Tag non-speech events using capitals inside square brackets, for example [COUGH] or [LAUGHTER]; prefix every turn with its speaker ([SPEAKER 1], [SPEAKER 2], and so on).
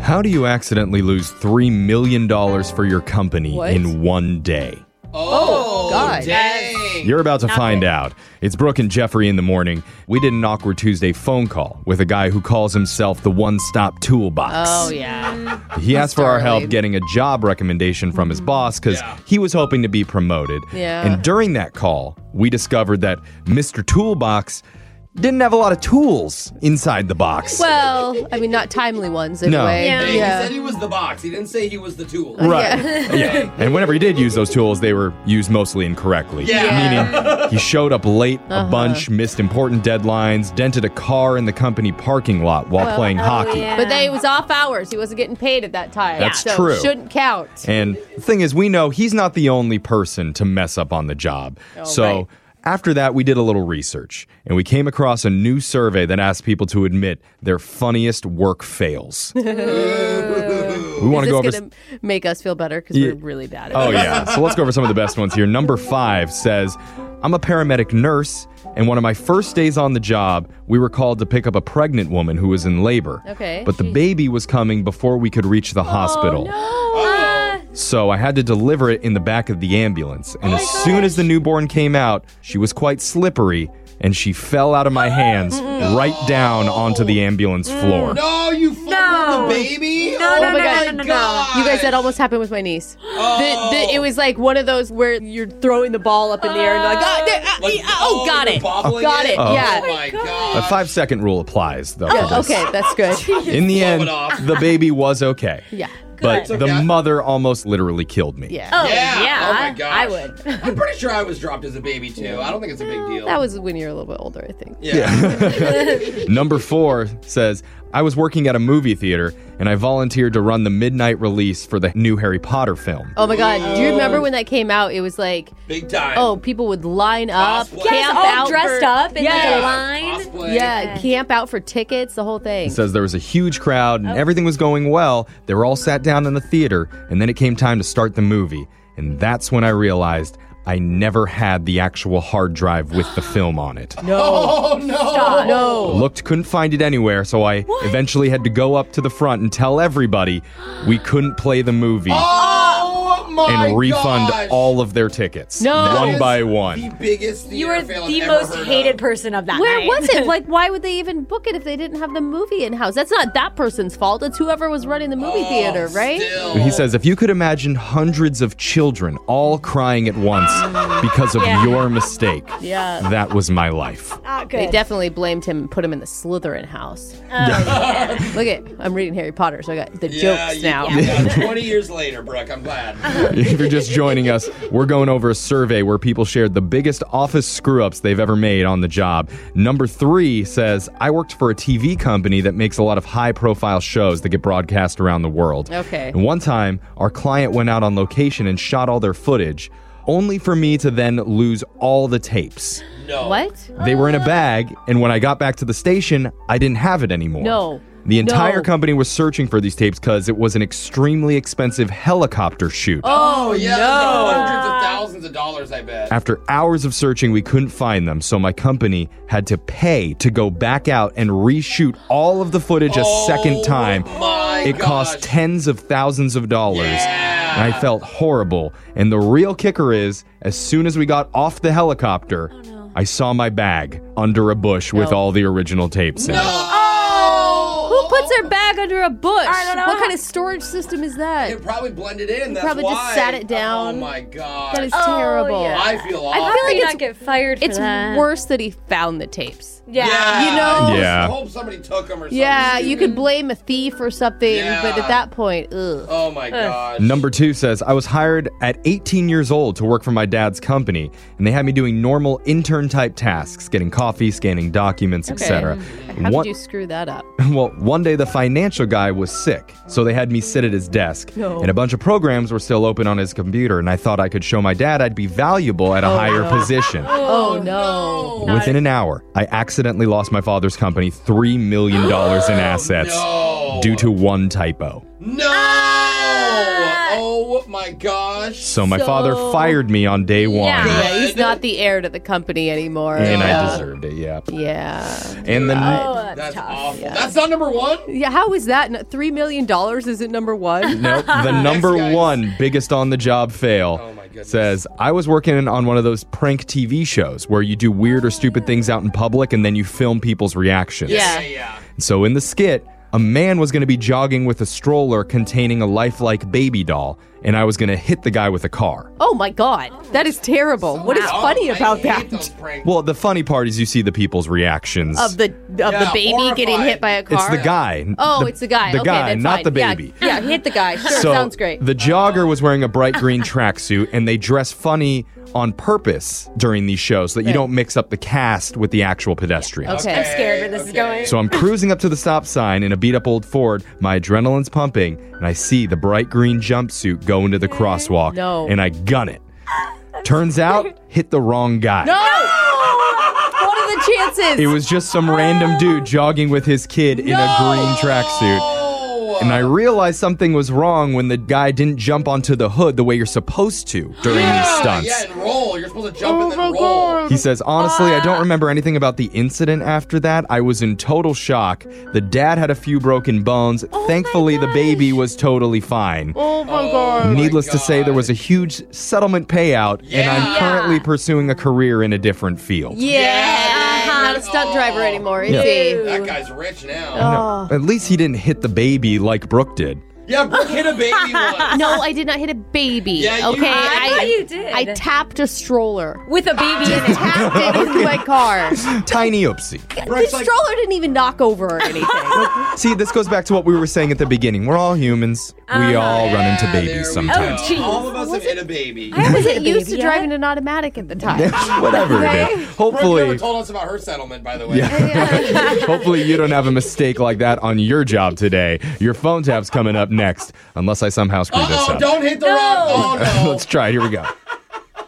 [SPEAKER 1] How do you accidentally lose $3 million for your company
[SPEAKER 2] What?
[SPEAKER 1] in one day?
[SPEAKER 2] Oh, God.
[SPEAKER 3] Dang.
[SPEAKER 1] You're about to find out. It's Brooke and Jeffrey in the morning. We did an awkward Tuesday phone call with a guy who calls himself the one stop toolbox.
[SPEAKER 2] Oh, yeah.
[SPEAKER 1] He asked for our help
[SPEAKER 2] darling.
[SPEAKER 1] getting a job recommendation from his boss because he was hoping to be promoted.
[SPEAKER 2] Yeah.
[SPEAKER 1] And during that call, we discovered that Mr. Toolbox didn't have a lot of tools inside the box.
[SPEAKER 2] Well, I mean, not timely ones
[SPEAKER 1] No.
[SPEAKER 2] anyway.
[SPEAKER 4] Yeah.
[SPEAKER 3] Hey, He
[SPEAKER 2] Yeah.
[SPEAKER 3] said he was the box. He didn't say he was the tool.
[SPEAKER 1] right.
[SPEAKER 2] Yeah. [LAUGHS]
[SPEAKER 1] Yeah. And whenever he did use those tools, they were used mostly incorrectly. Meaning he showed up late
[SPEAKER 2] Uh-huh.
[SPEAKER 1] a bunch, missed important deadlines, dented a car in the company parking lot while playing
[SPEAKER 2] oh,
[SPEAKER 1] hockey.
[SPEAKER 4] yeah.
[SPEAKER 2] But they it was off hours. He wasn't getting paid at that time.
[SPEAKER 1] That's
[SPEAKER 2] so
[SPEAKER 1] true.
[SPEAKER 2] Shouldn't count.
[SPEAKER 1] And the thing is, we know he's not the only person to mess up on the job. so
[SPEAKER 2] Oh, right.
[SPEAKER 1] after that, we did a little research and we came across a new survey that asked people to admit their funniest work
[SPEAKER 2] [LAUGHS]
[SPEAKER 1] fails. we want to
[SPEAKER 2] Is
[SPEAKER 1] go over.
[SPEAKER 2] this going to make us feel better because we're really bad at
[SPEAKER 1] Oh,
[SPEAKER 2] it.
[SPEAKER 1] yeah. So let's go over some of the best ones here. Number five says, I'm a paramedic nurse, and one of my first days on the job, we were called to pick up a pregnant woman who was in labor.
[SPEAKER 2] Okay. Oh,
[SPEAKER 1] But the baby was coming before we could reach the hospital.
[SPEAKER 2] uh,
[SPEAKER 1] So I had to deliver it in the back of the ambulance.
[SPEAKER 2] Oh,
[SPEAKER 1] And as soon as the newborn came out, she was quite slippery. And she fell out of
[SPEAKER 2] [GASPS]
[SPEAKER 1] my hands right down onto the ambulance
[SPEAKER 2] Mm.
[SPEAKER 1] floor.
[SPEAKER 3] No, you fucked
[SPEAKER 4] No.
[SPEAKER 3] with the baby.
[SPEAKER 4] No,
[SPEAKER 3] oh
[SPEAKER 4] no,
[SPEAKER 3] my
[SPEAKER 2] no, no,
[SPEAKER 4] no, no, no.
[SPEAKER 3] God.
[SPEAKER 2] You guys, that almost happened with my niece. The- the- it was like one of those where you're throwing the ball up in the air and you're like, oh, there- ah,
[SPEAKER 3] Like,
[SPEAKER 2] yeah, oh,
[SPEAKER 3] oh,
[SPEAKER 2] got
[SPEAKER 3] you're
[SPEAKER 2] it.
[SPEAKER 3] bobbling
[SPEAKER 2] Got
[SPEAKER 3] it?
[SPEAKER 2] it.
[SPEAKER 3] Oh.
[SPEAKER 2] Yeah.
[SPEAKER 3] Oh my
[SPEAKER 1] The
[SPEAKER 3] god.
[SPEAKER 1] five second rule applies, though. for this.
[SPEAKER 2] Oh, Okay, that's
[SPEAKER 3] [LAUGHS]
[SPEAKER 1] [LAUGHS]
[SPEAKER 2] good.
[SPEAKER 1] In the
[SPEAKER 3] Blow
[SPEAKER 1] end,
[SPEAKER 3] it off.
[SPEAKER 1] the baby was
[SPEAKER 3] [LAUGHS]
[SPEAKER 1] okay.
[SPEAKER 2] Yeah.
[SPEAKER 1] But
[SPEAKER 3] Good.
[SPEAKER 1] the
[SPEAKER 3] Okay.
[SPEAKER 1] mother almost literally killed me.
[SPEAKER 2] Yeah.
[SPEAKER 4] Oh,
[SPEAKER 3] Yeah.
[SPEAKER 4] yeah.
[SPEAKER 3] Oh, my gosh.
[SPEAKER 4] I would.
[SPEAKER 3] I'm pretty sure I was dropped as a baby too. I don't think it's a big deal.
[SPEAKER 2] That was when you were a little bit older, I think.
[SPEAKER 3] yeah.
[SPEAKER 1] [LAUGHS] Number four says, I was working at a movie theater and I volunteered to run the midnight release for the new Harry Potter film.
[SPEAKER 2] Oh my God. Do you remember when that came out? It was like,
[SPEAKER 3] [LAUGHS] Big time.
[SPEAKER 2] oh, people would line up,
[SPEAKER 3] Cosplay.
[SPEAKER 2] camp
[SPEAKER 3] Yes,
[SPEAKER 4] all
[SPEAKER 2] out.
[SPEAKER 4] dressed
[SPEAKER 2] for-
[SPEAKER 4] up in
[SPEAKER 2] yeah.
[SPEAKER 4] like a
[SPEAKER 3] Yeah.
[SPEAKER 4] line.
[SPEAKER 3] Cosplay.
[SPEAKER 2] Yeah, camp out for tickets, the whole thing.
[SPEAKER 1] Says there was a huge crowd
[SPEAKER 3] Oh.
[SPEAKER 1] and everything was going well. They were all sat down in the theater and then it came time to start the movie. And that's when I realized I never had the actual hard drive with
[SPEAKER 3] [GASPS]
[SPEAKER 1] the film on it.
[SPEAKER 3] [LAUGHS] Oh no.
[SPEAKER 2] no.
[SPEAKER 1] Looked, couldn't find it anywhere, so I eventually had to go up to the front and tell everybody we couldn't play the movie.
[SPEAKER 3] Oh my
[SPEAKER 1] and refund
[SPEAKER 3] gosh.
[SPEAKER 1] all of their tickets
[SPEAKER 2] No.
[SPEAKER 1] one
[SPEAKER 3] That
[SPEAKER 1] by
[SPEAKER 3] is
[SPEAKER 1] one.
[SPEAKER 3] The biggest
[SPEAKER 4] You
[SPEAKER 3] theater
[SPEAKER 4] were
[SPEAKER 3] fail I've
[SPEAKER 4] the
[SPEAKER 3] ever
[SPEAKER 4] most
[SPEAKER 3] heard of.
[SPEAKER 4] hated person of that
[SPEAKER 2] Where
[SPEAKER 4] night.
[SPEAKER 2] was
[SPEAKER 4] [LAUGHS]
[SPEAKER 2] it? Like, why would they even book it if they didn't have the movie in house? That's not that person's fault. It's whoever was running the movie
[SPEAKER 3] Oh,
[SPEAKER 2] theater, right?
[SPEAKER 3] still.
[SPEAKER 1] He says, if you could imagine hundreds of children all crying at once because of
[SPEAKER 4] Yeah.
[SPEAKER 1] your mistake,
[SPEAKER 2] Yeah.
[SPEAKER 1] that was my life.
[SPEAKER 4] Not
[SPEAKER 2] They
[SPEAKER 4] good.
[SPEAKER 2] definitely blamed him and put him in the Slytherin house.
[SPEAKER 4] Oh, yeah.
[SPEAKER 2] [LAUGHS] Look at, I'm reading Harry Potter, so I got the
[SPEAKER 3] yeah,
[SPEAKER 2] jokes
[SPEAKER 3] you-
[SPEAKER 2] now.
[SPEAKER 3] yeah,
[SPEAKER 2] [LAUGHS]
[SPEAKER 3] 20 years later, Brooke, I'm glad.
[SPEAKER 1] if you're just joining us, we're going over a survey where people shared the biggest office screw ups they've ever made on the job. Number three says, I worked for a TV company that makes a lot of high profile shows that get broadcast around the world.
[SPEAKER 2] Okay.
[SPEAKER 1] And one time, our client went out on location and shot all their footage, only for me to then lose all the tapes.
[SPEAKER 3] No.
[SPEAKER 2] What?
[SPEAKER 1] They were in
[SPEAKER 2] Ah.
[SPEAKER 1] a bag, and when I got back to the station, I didn't have it anymore.
[SPEAKER 2] No.
[SPEAKER 1] The entire
[SPEAKER 2] No.
[SPEAKER 1] company was searching for these tapes because it was an extremely expensive helicopter shoot.
[SPEAKER 3] Oh, yeah. No. Hundreds of thousands of dollars, I bet.
[SPEAKER 1] After hours of searching, we couldn't find them, so my company had to pay to go back out and reshoot all of the footage a second time.
[SPEAKER 3] Oh my
[SPEAKER 1] It cost
[SPEAKER 3] gosh.
[SPEAKER 1] tens of thousands of dollars.
[SPEAKER 3] Yeah.
[SPEAKER 1] And I felt horrible. And the real kicker is as soon as we got off the helicopter, I saw my bag under a bush with
[SPEAKER 2] No.
[SPEAKER 1] all the original tapes in it.
[SPEAKER 3] Oh!
[SPEAKER 2] Who puts their bag under a bush?
[SPEAKER 4] I don't know.
[SPEAKER 2] What kind of storage system is that?
[SPEAKER 3] It probably blended in. That's
[SPEAKER 2] probably just
[SPEAKER 3] why.
[SPEAKER 2] sat it down.
[SPEAKER 3] Oh my god.
[SPEAKER 2] That is
[SPEAKER 4] Oh,
[SPEAKER 2] terrible.
[SPEAKER 4] yeah.
[SPEAKER 3] I feel awful.
[SPEAKER 4] I feel like
[SPEAKER 2] it's-
[SPEAKER 4] not get fired for
[SPEAKER 2] It's
[SPEAKER 4] that.
[SPEAKER 2] worse that he found the tapes.
[SPEAKER 4] Yeah.
[SPEAKER 3] yeah.
[SPEAKER 2] You know-
[SPEAKER 3] I
[SPEAKER 1] Yeah.
[SPEAKER 3] hope somebody took them or something.
[SPEAKER 2] Yeah, you
[SPEAKER 3] stupid.
[SPEAKER 2] could blame a thief or something,
[SPEAKER 3] Yeah.
[SPEAKER 2] but at that point, ugh.
[SPEAKER 3] Oh my god.
[SPEAKER 1] Number two says, I was hired at 18 years old to work for my dad's company, and they had me doing normal intern type tasks, getting coffee, scanning documents, etc.
[SPEAKER 2] How
[SPEAKER 1] One- [LAUGHS]
[SPEAKER 2] did you screw that up?
[SPEAKER 1] Well, one day the financial guy was sick, so they had me sit at his desk.
[SPEAKER 2] No.
[SPEAKER 1] And a bunch of programs were still open on his computer, and I thought I could show my dad I'd be valuable at a higher position.
[SPEAKER 2] Oh, no.
[SPEAKER 1] Within an hour, I accidentally lost my father's company $3 million
[SPEAKER 2] [GASPS]
[SPEAKER 1] in assets
[SPEAKER 3] No.
[SPEAKER 1] due to one typo.
[SPEAKER 2] Ah!
[SPEAKER 3] No. Oh Oh my gosh.
[SPEAKER 1] So my
[SPEAKER 2] So-
[SPEAKER 1] father fired me on day one.
[SPEAKER 2] Yeah, yeah, he's not the heir to the company anymore.
[SPEAKER 1] And I
[SPEAKER 2] Yeah.
[SPEAKER 1] deserved it, yeah.
[SPEAKER 2] Yeah.
[SPEAKER 1] And then [LAUGHS]
[SPEAKER 2] that's,
[SPEAKER 3] awful. That's not number one?
[SPEAKER 2] Yeah, how is that? n- $3 million isn't number one?
[SPEAKER 1] No, the number one biggest on the job fail says, I was working on one of those prank TV shows where you do weird or stupid things out in public and then you film people's reactions.
[SPEAKER 2] Yeah.
[SPEAKER 1] So in the skit, a man was going to be jogging with a stroller containing a lifelike baby doll, and I was going to hit the guy with a car.
[SPEAKER 2] [LAUGHS] Oh my God. That is terrible. what is funny about that?
[SPEAKER 1] Well, the funny part is you see the people's reactions.
[SPEAKER 2] Of the of the
[SPEAKER 3] Yeah,
[SPEAKER 2] baby getting hit by a car?
[SPEAKER 1] It's the guy.
[SPEAKER 2] Oh,
[SPEAKER 1] The-
[SPEAKER 2] it's the guy.
[SPEAKER 1] The
[SPEAKER 2] okay,
[SPEAKER 1] guy,
[SPEAKER 2] that's
[SPEAKER 1] not
[SPEAKER 2] fine.
[SPEAKER 1] the
[SPEAKER 2] Yeah,
[SPEAKER 1] baby.
[SPEAKER 2] Yeah, hit the guy. Sure,
[SPEAKER 1] so
[SPEAKER 2] sounds great.
[SPEAKER 1] The jogger was wearing a bright
[SPEAKER 2] [LAUGHS]
[SPEAKER 1] green tracksuit, and they dress funny on purpose during these shows so that you don't mix up the cast with the actual pedestrians.
[SPEAKER 2] Okay.
[SPEAKER 4] I'm scared where this is going.
[SPEAKER 1] So I'm cruising up to the stop sign in a beat up old Ford. My adrenaline's pumping, and I see the bright green jumpsuit go into the crosswalk,
[SPEAKER 2] No.
[SPEAKER 1] and I gun it. Turns out, hit the wrong guy.
[SPEAKER 2] No! what are the chances?
[SPEAKER 1] It was just some random dude jogging with his kid in a green
[SPEAKER 3] Oh.
[SPEAKER 1] tracksuit. And I realized something was wrong when the guy didn't jump onto the hood the way you're supposed to during these stunts.
[SPEAKER 3] Yeah, and roll. You're supposed to jump
[SPEAKER 2] Oh
[SPEAKER 3] and then roll.
[SPEAKER 1] He says, honestly, I
[SPEAKER 3] Uh.
[SPEAKER 1] don't remember anything about the incident after that. I was in total shock. The dad had a few broken bones.
[SPEAKER 3] Oh
[SPEAKER 1] Thankfully, the baby was totally fine.
[SPEAKER 2] oh my God.
[SPEAKER 1] Needless to say, there was a huge settlement payout, and I'm
[SPEAKER 3] Yeah.
[SPEAKER 1] currently pursuing a career in a different field.
[SPEAKER 2] Yeah,
[SPEAKER 3] Yeah,
[SPEAKER 2] uh-huh,
[SPEAKER 3] dude.
[SPEAKER 2] not a stunt driver anymore, is
[SPEAKER 1] Yeah.
[SPEAKER 2] he? [LAUGHS]
[SPEAKER 3] That guy's rich now.
[SPEAKER 1] No, at least he didn't hit the baby like Brooke did.
[SPEAKER 3] Yeah, Brooke hit a baby once.
[SPEAKER 2] Oh. [LAUGHS] No, I did not hit a baby.
[SPEAKER 3] Yeah, you
[SPEAKER 2] okay,
[SPEAKER 3] did.
[SPEAKER 4] I thought
[SPEAKER 2] I,
[SPEAKER 4] you did.
[SPEAKER 2] I tapped
[SPEAKER 3] [LAUGHS]
[SPEAKER 2] a stroller.
[SPEAKER 4] with a baby in it.
[SPEAKER 2] Tapped it into my car.
[SPEAKER 1] Tiny oopsie.
[SPEAKER 2] The stroller didn't even knock over
[SPEAKER 3] [LAUGHS]
[SPEAKER 2] or anything.
[SPEAKER 1] See, this goes back to what we were saying at the beginning. We're all humans. We all run into
[SPEAKER 3] Uh-huh. Yeah, there
[SPEAKER 1] babies
[SPEAKER 3] we
[SPEAKER 1] sometimes.
[SPEAKER 3] go.
[SPEAKER 4] Oh, jeez.
[SPEAKER 3] All of us have hit a baby.
[SPEAKER 2] I wasn't
[SPEAKER 4] baby
[SPEAKER 2] used to
[SPEAKER 4] yet.
[SPEAKER 2] driving an automatic at
[SPEAKER 3] [LAUGHS]
[SPEAKER 2] the time.
[SPEAKER 1] Whatever it is.
[SPEAKER 3] Brooke never
[SPEAKER 1] Hopefully,
[SPEAKER 3] told us about her settlement, by the way.
[SPEAKER 1] [LAUGHS] hopefully you don't have a mistake like that on your job today. Your phone tap's coming up next, unless I somehow screw
[SPEAKER 3] Uh
[SPEAKER 1] this
[SPEAKER 3] oh,
[SPEAKER 1] up.
[SPEAKER 3] don't hit the rock. Oh
[SPEAKER 1] [LAUGHS]
[SPEAKER 3] no.
[SPEAKER 1] Let's try. it. Here we go.